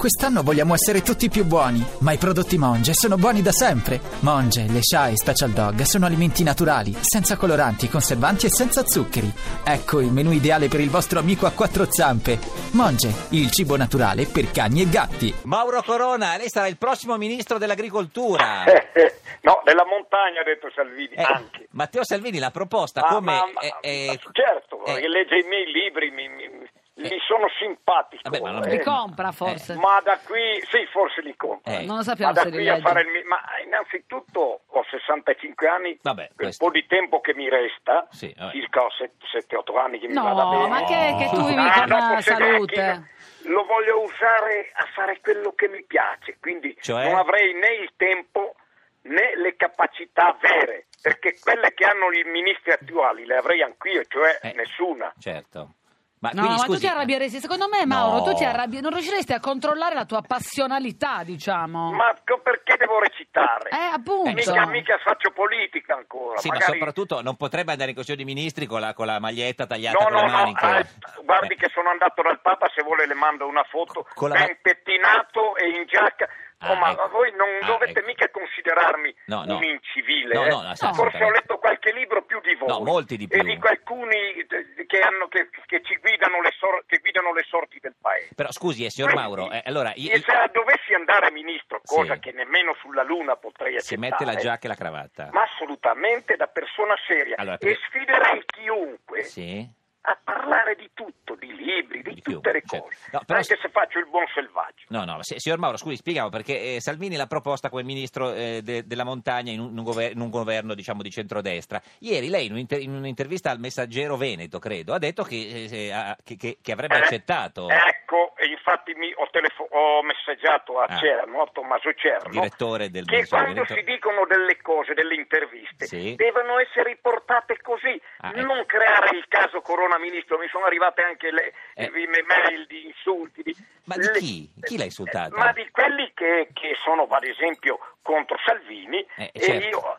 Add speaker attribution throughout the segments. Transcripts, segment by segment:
Speaker 1: Quest'anno vogliamo essere tutti più buoni, ma i prodotti Monge sono buoni da sempre. Monge, le Sha e Special Dog sono alimenti naturali, senza coloranti, conservanti e senza zuccheri. Ecco il menù ideale per il vostro amico a quattro zampe. Monge, il cibo naturale per cani e gatti.
Speaker 2: Mauro Corona, lei sarà il prossimo ministro dell'agricoltura.
Speaker 3: Eh, eh, no, della montagna ha detto Salvini
Speaker 2: Eh,
Speaker 3: anche.
Speaker 2: Matteo Salvini l'ha proposta
Speaker 3: Ma-
Speaker 2: come...
Speaker 3: ma- ma-
Speaker 2: eh, eh,
Speaker 3: certo,
Speaker 2: eh,
Speaker 3: perché legge i miei libri, mi, mi- mi- mi sono simpatico.
Speaker 2: Vabbè, ma non-
Speaker 3: eh.
Speaker 2: Mi
Speaker 4: Li compra forse.
Speaker 3: Ma da qui, sì, forse li compro.
Speaker 2: Eh.
Speaker 4: Non lo
Speaker 3: Ma
Speaker 4: sappiamo
Speaker 3: da
Speaker 4: se
Speaker 3: qui
Speaker 4: li
Speaker 3: a
Speaker 4: legge.
Speaker 3: fare il. mi- Ma innanzitutto ho 65 anni,
Speaker 2: Vabbè,
Speaker 3: quel
Speaker 2: questo.
Speaker 3: po' di tempo che mi resta,
Speaker 2: Sì, vabbè.
Speaker 3: circa 7-8 anni che mi vada
Speaker 4: No,
Speaker 3: bene.
Speaker 4: ma che, che tu
Speaker 3: Ah,
Speaker 4: vivi
Speaker 3: no,
Speaker 4: con eh,
Speaker 3: forse
Speaker 4: salute.
Speaker 3: neanche io. Ah, Lo voglio usare a fare quello che mi piace, quindi
Speaker 2: Cioè?
Speaker 3: non avrei né il tempo né le capacità vere, perché quelle che hanno i ministri attuali le avrei anch'io, cioè
Speaker 2: eh,
Speaker 3: nessuna.
Speaker 2: Certo. Ma,
Speaker 4: No,
Speaker 2: quindi,
Speaker 4: ma tu
Speaker 2: scusi- eh,
Speaker 4: ti arrabbieresti. Secondo me,
Speaker 2: No.
Speaker 4: Mauro, tu ti arrabbi- non riusciresti a controllare la tua passionalità, diciamo.
Speaker 3: Ma co- perché devo recitare?
Speaker 4: Eh, appunto.
Speaker 3: Mica, mica faccio politica ancora.
Speaker 2: Sì, ma
Speaker 3: magari-
Speaker 2: soprattutto non potrebbe andare in Consiglio dei Ministri con la, con la maglietta tagliata
Speaker 3: No,
Speaker 2: con
Speaker 3: no,
Speaker 2: le
Speaker 3: no,
Speaker 2: maniche.
Speaker 3: eh, guardi
Speaker 2: Eh,
Speaker 3: che sono andato dal Papa, se vuole le mando una foto,
Speaker 2: Con la-
Speaker 3: ben pettinato e in giacca. Oh,
Speaker 2: Ah,
Speaker 3: ma
Speaker 2: ecco.
Speaker 3: voi non
Speaker 2: Ah,
Speaker 3: dovete
Speaker 2: ecco.
Speaker 3: mica considerarmi
Speaker 2: No, no.
Speaker 3: un incivile.
Speaker 2: No,
Speaker 3: eh.
Speaker 2: no, no, sì,
Speaker 3: Forse ho
Speaker 2: assolutamente.
Speaker 3: letto qualche libro più di voi.
Speaker 2: No, molti di
Speaker 3: E
Speaker 2: più.
Speaker 3: dico alcuni eh, che, hanno, che, che ci guidano le, sor- che guidano le sorti del paese.
Speaker 2: Però scusi, eh, signor Mauro, eh, allora... i-
Speaker 3: E se dovessi andare ministro, cosa
Speaker 2: Sì.
Speaker 3: che nemmeno sulla Luna potrei
Speaker 2: si
Speaker 3: accettare,
Speaker 2: mette la giacca e la cravatta.
Speaker 3: ma assolutamente da persona seria
Speaker 2: Allora,
Speaker 3: e
Speaker 2: per-
Speaker 3: sfiderei chiunque
Speaker 2: Sì?
Speaker 3: a parlare di tutto, di libri, di,
Speaker 2: Di più,
Speaker 3: tutte le
Speaker 2: certo.
Speaker 3: cose,
Speaker 2: No, però-
Speaker 3: anche se faccio il buon selvaggio.
Speaker 2: No, no, ma si- signor Mauro, scusi, spieghiamo perché eh, Salvini l'ha proposta come ministro eh, de- della montagna in un, in un gover- in un governo, diciamo, di centrodestra. Ieri lei, in, un'inter- in un'intervista al Messaggero Veneto, credo, ha detto che, eh, se- ah, che- che- che avrebbe
Speaker 3: Eh,
Speaker 2: accettato.
Speaker 3: Ecco, e infatti mi- ho, telefo- ho messaggiato a
Speaker 2: Ah.
Speaker 3: Cerno, a Tommaso Cerno,
Speaker 2: Direttore del
Speaker 3: che
Speaker 2: Messaggero
Speaker 3: quando
Speaker 2: Veneto.
Speaker 3: si dicono delle cose, delle interviste,
Speaker 2: Sì.
Speaker 3: devono essere riportate così,
Speaker 2: Ah, ecco.
Speaker 3: non creare il caso Corona Ministro, mi sono arrivate anche le
Speaker 2: Eh.
Speaker 3: i mail di insulti. di-
Speaker 2: Ma di
Speaker 3: le-
Speaker 2: chi? Chi l'ha insultato?
Speaker 3: Eh, Ma di quelli che, che sono, ad esempio, contro Salvini,
Speaker 2: Eh,
Speaker 3: e
Speaker 2: certo.
Speaker 3: io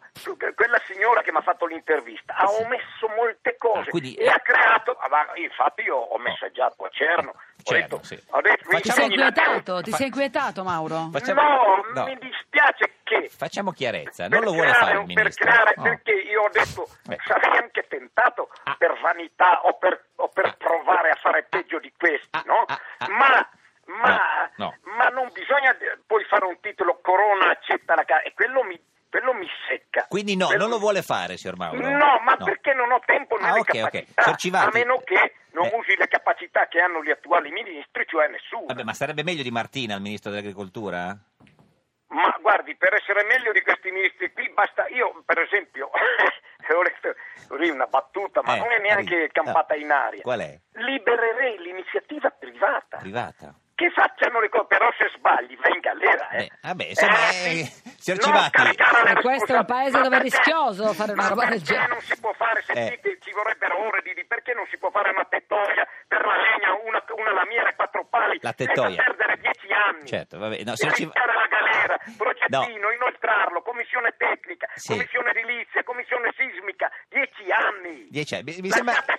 Speaker 3: quella signora che mi ha fatto l'intervista ha
Speaker 2: Sì.
Speaker 3: omesso molte cose
Speaker 2: Ah, quindi-
Speaker 3: e ha creato ah, ma infatti io ho messaggiato a Cerno
Speaker 2: Eh,
Speaker 3: ho
Speaker 2: Cerno,
Speaker 3: detto,
Speaker 2: sì.
Speaker 3: ho detto, mi
Speaker 4: Ti sei
Speaker 3: insegni la-
Speaker 4: inquietato, ti
Speaker 2: Fa-
Speaker 4: sei inquietato, Mauro.
Speaker 2: Facciamo-
Speaker 3: no,
Speaker 2: no.
Speaker 3: mi dispiace che
Speaker 2: Facciamo chiarezza,
Speaker 3: per
Speaker 2: non lo vuole
Speaker 3: creare-
Speaker 2: fare il
Speaker 3: per
Speaker 2: ministro.
Speaker 3: creare,
Speaker 2: Oh.
Speaker 3: perché io ho detto
Speaker 2: Eh.
Speaker 3: sarei anche tentato
Speaker 2: Ah.
Speaker 3: per vanità o per, o per
Speaker 2: Ah.
Speaker 3: provare a fare peggio di questi
Speaker 2: Ah,
Speaker 3: no?
Speaker 2: ah, ah.
Speaker 3: ma ma,
Speaker 2: No,
Speaker 3: ma non bisogna de- poi fare un titolo Corona accetta la cara e quello mi, quello mi secca
Speaker 2: Quindi no,
Speaker 3: Quello-
Speaker 2: non lo vuole fare, signor Mauro.
Speaker 3: No, ma
Speaker 2: No.
Speaker 3: perché non ho tempo né
Speaker 2: Ah,
Speaker 3: le
Speaker 2: ok, ok.
Speaker 3: capacità,
Speaker 2: Signor Civati-
Speaker 3: a meno che non
Speaker 2: Eh.
Speaker 3: usi le capacità che hanno gli attuali ministri, cioè nessuno.
Speaker 2: Vabbè, ma sarebbe meglio di Martina, il ministro dell'agricoltura?
Speaker 3: Ma guardi, per essere meglio di questi ministri qui basta, io per esempio, ho letto così una battuta, ma
Speaker 2: Eh,
Speaker 3: non è neanche
Speaker 2: arrivi.
Speaker 3: campata
Speaker 2: No.
Speaker 3: in aria.
Speaker 2: Qual è?
Speaker 3: Libererei l'iniziativa privata,
Speaker 2: Privata.
Speaker 3: che facciano le cose, però se sbagli vai in galera. Eh.
Speaker 2: Beh, vabbè, insomma, eh,
Speaker 3: sì.
Speaker 2: signor
Speaker 3: Non
Speaker 2: Civati-
Speaker 3: caricare la
Speaker 4: E questo è un
Speaker 3: responsabilità.
Speaker 4: paese
Speaker 3: Ma
Speaker 4: dove è
Speaker 3: perché?
Speaker 4: rischioso fare una
Speaker 3: Ma
Speaker 4: roba del
Speaker 3: perché
Speaker 4: genere?
Speaker 3: non si può fare,
Speaker 2: Eh.
Speaker 3: sentite, ci vorrebbero ore di, di perché non si può fare una tettoia per la legna, una, una lamiera e quattro pali,
Speaker 2: La tettoia.
Speaker 3: senza perdere dieci anni.
Speaker 2: Certo, vabbè. No,
Speaker 3: E
Speaker 2: signor Civ-
Speaker 3: rischiare la galera,
Speaker 2: No.
Speaker 3: progettino, inoltrarlo, commissione tecnica,
Speaker 2: Sì.
Speaker 3: commissione edilizia, commissione sismica, dieci anni.
Speaker 2: Dieci anni. Mi, mi
Speaker 3: Lasciate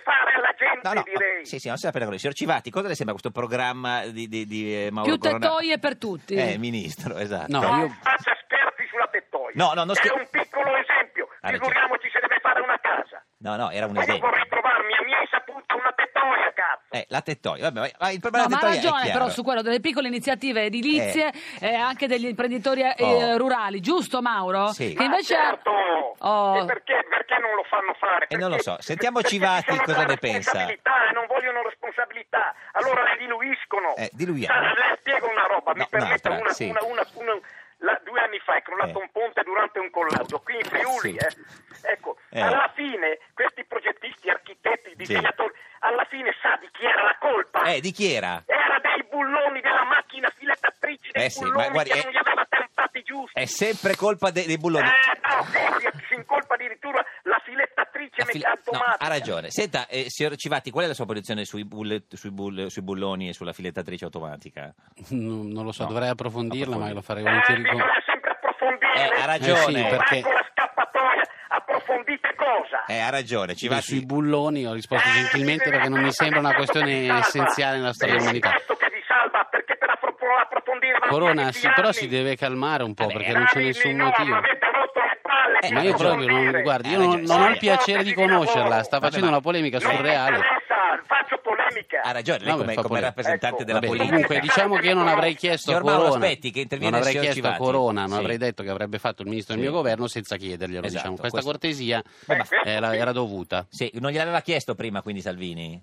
Speaker 2: sembra...
Speaker 3: fare alla gente,
Speaker 2: No, no,
Speaker 3: direi.
Speaker 2: no, sì, sì, non si prende con lei. Signor Civati, cosa le sembra questo programma di, di, di eh, Mauro
Speaker 4: Più
Speaker 2: Corona?
Speaker 4: tettoie per tutti.
Speaker 2: Eh, ministro, esatto.
Speaker 5: No,
Speaker 3: No,
Speaker 5: io-
Speaker 3: faccia scherzi sulla tettoia.
Speaker 2: No, no, non
Speaker 3: È
Speaker 2: scher-
Speaker 3: un piccolo esempio.
Speaker 2: Ha ragione.
Speaker 3: Figuriamoci se deve fare una casa.
Speaker 2: No, no, era un
Speaker 3: Ma io
Speaker 2: esempio.
Speaker 3: vorrei trovarmi a mia saputa una tettoia, cazzo.
Speaker 2: Eh, la tettoia, vabbè, ma- ma il problema
Speaker 4: No,
Speaker 2: della
Speaker 4: ma
Speaker 2: tettoia
Speaker 4: ha
Speaker 2: è
Speaker 4: ragione
Speaker 2: chiaro. Eh.
Speaker 4: però su quello delle piccole iniziative edilizie e anche degli imprenditori eh,
Speaker 2: Oh.
Speaker 4: rurali, giusto Mauro?
Speaker 2: Sì.
Speaker 4: Che
Speaker 3: Ma
Speaker 4: invece
Speaker 3: certo.
Speaker 4: Oh.
Speaker 3: E perché, perché non lo fanno fare?
Speaker 2: Eh, non lo
Speaker 3: Perché-
Speaker 2: so. Sentiamo
Speaker 3: perché ci
Speaker 2: Civati
Speaker 3: sono
Speaker 2: cosa
Speaker 3: delle
Speaker 2: ne pensa.
Speaker 3: responsabilità e non vogliono responsabilità. Allora le diluiscono.
Speaker 2: Eh, diluiamo.
Speaker 3: Sa, le spiego una roba,
Speaker 2: No,
Speaker 3: mi permetta
Speaker 2: un'altra,
Speaker 3: una,
Speaker 2: sì.
Speaker 3: una- una- una- la- due anni fa è crollato
Speaker 2: Eh.
Speaker 3: un ponte durante un collasso qui in Friuli.
Speaker 2: Sì.
Speaker 3: eh. Ecco,
Speaker 2: Eh.
Speaker 3: alla fine questi progettisti, architetti,
Speaker 2: Sì.
Speaker 3: disegnatori, alla fine sa di chi era la colpa.
Speaker 2: Eh, di chi era?
Speaker 3: Era dei bulloni della macchina filettatrice dei
Speaker 2: Eh sì, ma
Speaker 3: bulloni
Speaker 2: guardi,
Speaker 3: che
Speaker 2: eh,
Speaker 3: non li aveva tampati giusti.
Speaker 2: È sempre colpa de- dei bulloni.
Speaker 3: Eh, no, sì, si- si incolpa addirittura la filettatrice
Speaker 2: La fil-
Speaker 3: mecca-
Speaker 2: no,
Speaker 3: automatica.
Speaker 2: ha ragione. Senta, eh, signor Civati, qual è la sua posizione sui, bulle- sui bull- sui bulloni e sulla filettatrice automatica?
Speaker 5: Mm, non lo so,
Speaker 2: No.
Speaker 5: dovrei approfondirla, ma
Speaker 2: Approfondire.
Speaker 5: lo farei
Speaker 3: Eh,
Speaker 5: volentieri. con-
Speaker 3: bisogna sempre approfondire.
Speaker 2: Eh, ha ragione.
Speaker 5: Eh sì,
Speaker 3: Ecco
Speaker 5: perché-
Speaker 3: la scappatoia, approfondite cosa?
Speaker 2: Eh, ha ragione,
Speaker 5: Beh,
Speaker 2: Civati.
Speaker 5: Sui bulloni ho risposto
Speaker 3: Eh,
Speaker 5: gentilmente perché non mi sembra una
Speaker 3: questo che vi
Speaker 5: questione
Speaker 3: salva.
Speaker 5: essenziale nella storia
Speaker 3: Eh,
Speaker 5: dell'umanità.
Speaker 3: È questo che vi salva, perché per approf- approfondire approfondirla.
Speaker 5: Corona,
Speaker 3: fate
Speaker 5: sì,
Speaker 3: piani.
Speaker 5: però si deve calmare un po'
Speaker 2: Vabbè,
Speaker 5: perché non c'è
Speaker 3: Anni
Speaker 5: nessun
Speaker 3: 90
Speaker 5: motivo.
Speaker 3: avete rotto le palle,
Speaker 2: Eh,
Speaker 5: Ma
Speaker 2: ragione.
Speaker 5: io
Speaker 2: eh,
Speaker 5: proprio non, guarda, io non, non ho il piacere di conoscerla, sta facendo una polemica
Speaker 3: Non mi
Speaker 5: surreale.
Speaker 3: interessa, faccio polemica.
Speaker 2: Ha ragione, lei
Speaker 5: Vabbè,
Speaker 2: come,
Speaker 5: fa
Speaker 2: come
Speaker 5: polemica.
Speaker 2: rappresentante
Speaker 3: Ecco,
Speaker 2: della
Speaker 5: Vabbè,
Speaker 2: politica.
Speaker 5: comunque diciamo che io non avrei chiesto a
Speaker 2: Signor Mauro,
Speaker 5: Corona,
Speaker 2: aspetti che interviene
Speaker 5: non
Speaker 2: il
Speaker 5: avrei
Speaker 2: signor
Speaker 5: chiesto a
Speaker 2: Civati.
Speaker 5: Corona, non
Speaker 2: Sì.
Speaker 5: avrei detto che avrebbe fatto il ministro del
Speaker 2: Sì.
Speaker 5: mio governo senza chiederglielo,
Speaker 2: Esatto,
Speaker 5: diciamo. Questa
Speaker 2: questo-
Speaker 5: cortesia
Speaker 3: Beh, Eh, questo
Speaker 5: Eh, era,
Speaker 3: sì.
Speaker 5: era dovuta.
Speaker 2: Sì, non gliel'aveva chiesto prima quindi Salvini?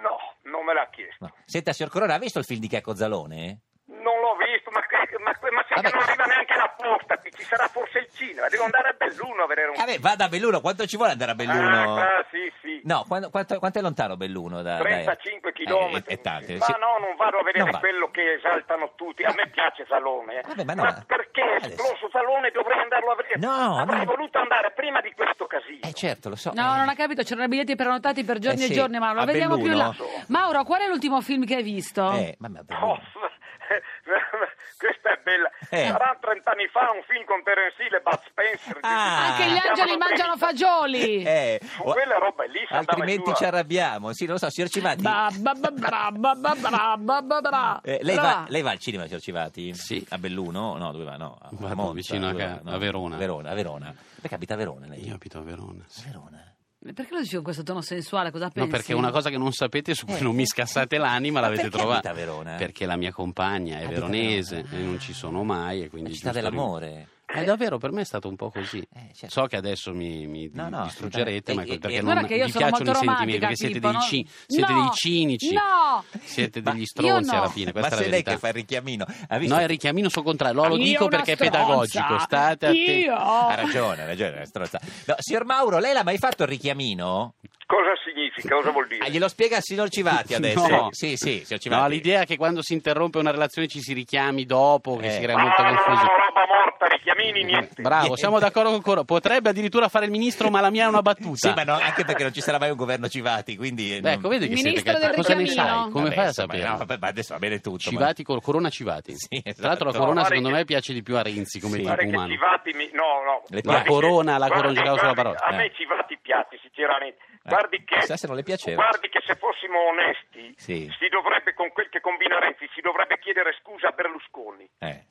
Speaker 3: No, non me l'ha chiesto.
Speaker 2: No. Senta, signor Corona, ha visto il film di Checco Zalone?
Speaker 3: Non l'ho visto, ma, che- ma, ma sai
Speaker 2: Vabbè.
Speaker 3: che non arriva neanche la posta, qui ci sarà forse il cinema, devo andare a Belluno a vedere un
Speaker 2: Eh, Vabbè, vada a Belluno, quanto ci vuole andare a Belluno?
Speaker 3: Ah, ah, sì, sì.
Speaker 2: No, quando- quanto, quanto è lontano Belluno? Da, da-
Speaker 3: 35
Speaker 2: Eh,
Speaker 3: km.
Speaker 2: è- è tanto,
Speaker 3: ma
Speaker 2: sì.
Speaker 3: no, non vado a vedere
Speaker 2: Non va.
Speaker 3: quello che esaltano tutti. A me piace Salone. eh.
Speaker 2: Vabbè, ma no.
Speaker 3: perché è
Speaker 2: Adesso.
Speaker 3: esploso Salone dovrei andarlo a vedere?
Speaker 2: No,
Speaker 3: Avrei
Speaker 2: no.
Speaker 3: voluto andare prima di questo casino.
Speaker 2: Eh certo, lo so.
Speaker 4: No,
Speaker 2: Eh.
Speaker 4: non ha capito, c'erano biglietti prenotati per giorni
Speaker 2: Eh sì,
Speaker 4: e giorni, ma
Speaker 2: a
Speaker 4: lo vediamo più là.
Speaker 2: Belluno.
Speaker 4: Mauro, qual è l'ultimo film che hai visto?
Speaker 2: Eh, ma- ma-
Speaker 3: Oh, questa è bella.
Speaker 2: Eh.
Speaker 3: Sarà 30 anni fa un film con Terence Hill e Bud Spencer.
Speaker 2: Ah.
Speaker 4: Anche gli
Speaker 5: Eh,
Speaker 3: Si
Speaker 4: angeli
Speaker 3: chiamano
Speaker 4: mangiano
Speaker 3: Brita.
Speaker 4: fagioli!
Speaker 2: Eh, o-
Speaker 3: Quella roba è lì, si andava
Speaker 2: Altrimenti
Speaker 3: giù a-
Speaker 2: ci arrabbiamo. Sì, lo so, signor Civati.
Speaker 4: Ba, ba, ba, bra, ba, ba, bra, ba, ba, bra.
Speaker 2: Eh, lei,
Speaker 4: Allora,
Speaker 2: va, lei va al cinema, signor Civati?
Speaker 5: Sì.
Speaker 2: A Belluno? No, dove va? No, a
Speaker 5: Vado
Speaker 2: Monza,
Speaker 5: vicino a
Speaker 2: dove
Speaker 5: ca-
Speaker 2: va? No,
Speaker 5: a Verona.
Speaker 2: Verona, a Verona. Perché abita a Verona lei?
Speaker 5: Io abito a Verona.
Speaker 2: Eh, A Verona.
Speaker 4: Perché lo dici con questo tono sensuale? Cosa
Speaker 5: No,
Speaker 4: pensi?
Speaker 5: perché una cosa che non sapete su cui non mi scassate l'anima
Speaker 2: Eh. Ma
Speaker 5: l'avete
Speaker 2: perché
Speaker 5: trovata.
Speaker 2: abita a Verona?
Speaker 5: Perché la mia compagna è
Speaker 2: Abita a
Speaker 5: veronese
Speaker 2: Verona.
Speaker 5: e non ci sono mai. E quindi
Speaker 2: La città
Speaker 5: giusto rim-
Speaker 2: dell'amore.
Speaker 5: Eh, davvero, per me è stato un po' così.
Speaker 2: Eh, certo.
Speaker 5: So che adesso mi, mi
Speaker 2: No, no,
Speaker 5: distruggerete, ma
Speaker 2: assolutamente.
Speaker 5: perché
Speaker 2: Eh,
Speaker 5: non
Speaker 4: Guarda che io
Speaker 5: vi
Speaker 4: sono molto
Speaker 5: piacciono i sentimenti,
Speaker 4: romantica,
Speaker 5: perché siete,
Speaker 4: Pippo,
Speaker 5: dei,
Speaker 4: no?
Speaker 5: ci- siete
Speaker 4: No,
Speaker 5: dei cinici,
Speaker 4: no!
Speaker 5: siete
Speaker 2: Ma
Speaker 5: degli
Speaker 2: io
Speaker 5: stronzi
Speaker 4: no.
Speaker 5: alla fine,
Speaker 2: Eh, Ma
Speaker 5: questa è
Speaker 2: se lei
Speaker 5: la verità.
Speaker 2: che fa il richiamino. Ha visto
Speaker 5: No,
Speaker 2: che-
Speaker 5: il richiamino sul contrario, lo, lo
Speaker 4: Io
Speaker 5: dico
Speaker 4: una
Speaker 5: perché è
Speaker 4: stronza.
Speaker 5: pedagogico, state attenti.
Speaker 4: Io!
Speaker 2: Ha ragione, ha ragione, è una stronza. No, signor Mauro, lei l'ha mai fatto il richiamino?
Speaker 3: Cosa significa? Cosa vuol dire?
Speaker 2: Ah, glielo spiega il signor Civati adesso.
Speaker 5: No.
Speaker 2: Sì, sì, signor Civati.
Speaker 5: No, l'idea che quando si interrompe una relazione ci si richiami dopo, che
Speaker 2: Eh.
Speaker 5: si crea
Speaker 3: Ah,
Speaker 5: molta
Speaker 3: no, no,
Speaker 5: confusione.
Speaker 3: no, roba morta, richiamini, niente.
Speaker 5: Bravo, siamo d'accordo con Coro. Potrebbe addirittura fare il ministro, ma la mia è una battuta.
Speaker 2: Sì, ma no, anche perché non ci sarà mai un governo Civati, quindi... eh,
Speaker 5: Beh,
Speaker 2: non-
Speaker 5: ecco, vedi che siete
Speaker 4: Ministro
Speaker 5: cattivi.
Speaker 4: del
Speaker 5: Cosa ne
Speaker 4: richiamino.
Speaker 5: sai? Come
Speaker 2: Vabbè,
Speaker 5: fai a
Speaker 2: insomma,
Speaker 5: sapere?
Speaker 2: no, vabbè, ma adesso va bene tutto. ma-
Speaker 5: Civati col Corona Civati.
Speaker 2: Sì, esatto.
Speaker 5: Tra l'altro la
Speaker 2: No,
Speaker 5: Corona
Speaker 3: guarda
Speaker 5: secondo
Speaker 3: che-
Speaker 5: me piace di più a Renzi come
Speaker 2: Sì.
Speaker 5: tipo
Speaker 3: Guarda che
Speaker 5: umano.
Speaker 3: Civati mi- no, no.
Speaker 2: Le
Speaker 3: Guarda
Speaker 2: piace.
Speaker 5: La corona, la
Speaker 3: guarda-
Speaker 5: corona, girava sulla
Speaker 3: guarda- A
Speaker 5: parola.
Speaker 2: Eh.
Speaker 3: me Civati piace, sinceramente. Guardi che,
Speaker 2: chissà se non le piaceva.
Speaker 3: guardi che se fossimo onesti,
Speaker 2: Sì.
Speaker 3: si dovrebbe, con quel che combina Renzi, si dovrebbe chiedere scusa a Berlusconi.
Speaker 2: Eh,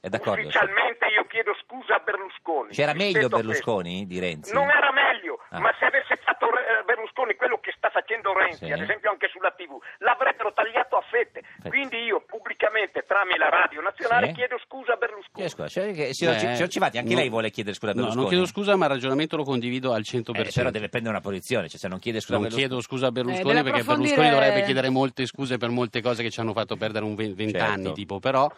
Speaker 2: è d'accordo.
Speaker 3: Ufficialmente io chiedo scusa a Berlusconi.
Speaker 2: C'era
Speaker 3: Rispetto
Speaker 2: meglio
Speaker 3: a questo.
Speaker 2: Berlusconi di Renzi?
Speaker 3: Non era meglio,
Speaker 2: Ah.
Speaker 3: ma se avesse fatto Re- eh, Berlusconi quello che sta facendo Renzi,
Speaker 2: Sì.
Speaker 3: ad esempio anche sulla TV, l'avrebbero tagliato a fette.
Speaker 2: Fette.
Speaker 3: Quindi io pubblicamente, tramite la radio nazionale,
Speaker 2: Sì.
Speaker 3: chiedo scusa a Berlusconi.
Speaker 2: Chiedo scusa, cioè, che- signor,
Speaker 5: Beh,
Speaker 2: Ci- signor Civati, anche
Speaker 5: Eh, no-
Speaker 2: lei vuole chiedere scusa a Berlusconi?
Speaker 5: No, non chiedo scusa, ma il ragionamento lo condivido al 100%.
Speaker 2: Eh, però deve prendere una posizione, cioè se non chiede scusa a
Speaker 5: non
Speaker 2: Berlusconi...
Speaker 5: chiedo scusa a
Speaker 4: Eh,
Speaker 5: Berlusconi
Speaker 4: deve
Speaker 5: perché
Speaker 4: approfondire-
Speaker 5: Berlusconi dovrebbe chiedere molte scuse per molte cose che ci hanno fatto perdere un ve- vent'anni,
Speaker 2: Certo.
Speaker 5: tipo, però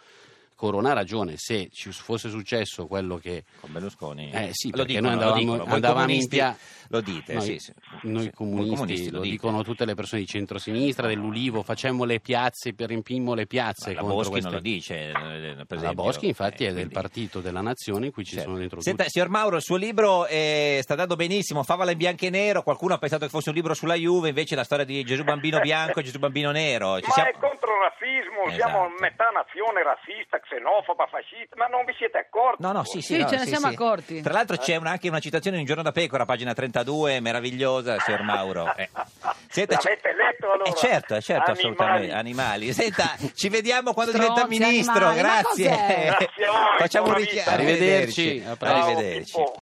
Speaker 5: Corona ha ragione, se ci fosse successo quello che
Speaker 2: Con Berlusconi?
Speaker 5: Eh sì,
Speaker 2: lo
Speaker 5: perché
Speaker 2: dicono,
Speaker 5: noi andavamo,
Speaker 2: lo dicono. Voi
Speaker 5: andavamo in
Speaker 2: comunisti
Speaker 5: via...
Speaker 2: Lo dite,
Speaker 5: noi,
Speaker 2: sì, sì.
Speaker 5: Noi
Speaker 2: Sì, voi
Speaker 5: comunisti,
Speaker 2: comunisti
Speaker 5: lo,
Speaker 2: dite.
Speaker 5: dicono tutte le persone di centrosinistra, dell'Ulivo, facemmo le piazze, per- riempimmo le piazze.
Speaker 2: Ma la
Speaker 5: contro
Speaker 2: Boschi
Speaker 5: queste-
Speaker 2: non lo dice, eh, per
Speaker 5: La
Speaker 2: esempio.
Speaker 5: Boschi infatti
Speaker 2: Eh,
Speaker 5: è del
Speaker 2: quindi-
Speaker 5: partito della nazione in cui ci
Speaker 2: Certo.
Speaker 5: sono dentro
Speaker 2: Senta,
Speaker 5: tutti.
Speaker 2: signor Mauro, il suo libro eh, sta andando benissimo, Favola in bianco e nero, qualcuno ha pensato che fosse un libro sulla Juve, invece è la storia di Gesù Bambino Bianco e Gesù Bambino Nero. Ci
Speaker 3: Ma
Speaker 2: siamo-
Speaker 3: è contro il razzismo, siamo
Speaker 2: Esatto.
Speaker 3: metà nazione razzista, xenofoba, fascista, ma non vi siete accorti?
Speaker 2: No, no, sì, sì,
Speaker 4: Sì,
Speaker 2: no,
Speaker 4: ce ne siamo accorti.
Speaker 2: Tra l'altro c'è una- anche una citazione di Un giorno da pecora, pagina 32, meravigliosa, signor Mauro. Eh. ci-
Speaker 3: L'avete letto allora?
Speaker 2: Eh, certo, eh, certo,
Speaker 3: Animali.
Speaker 2: assolutamente, animali. Senta, ci vediamo quando diventa
Speaker 4: Stronzi,
Speaker 2: ministro,
Speaker 4: animali, ma
Speaker 2: grazie.
Speaker 4: cos'è?
Speaker 3: Grazie a voi,
Speaker 2: Facciamo un
Speaker 3: buona
Speaker 2: richiamo.
Speaker 3: vita.
Speaker 5: Arrivederci, a presto.
Speaker 2: Arrivederci.
Speaker 3: Ciao, Pippo.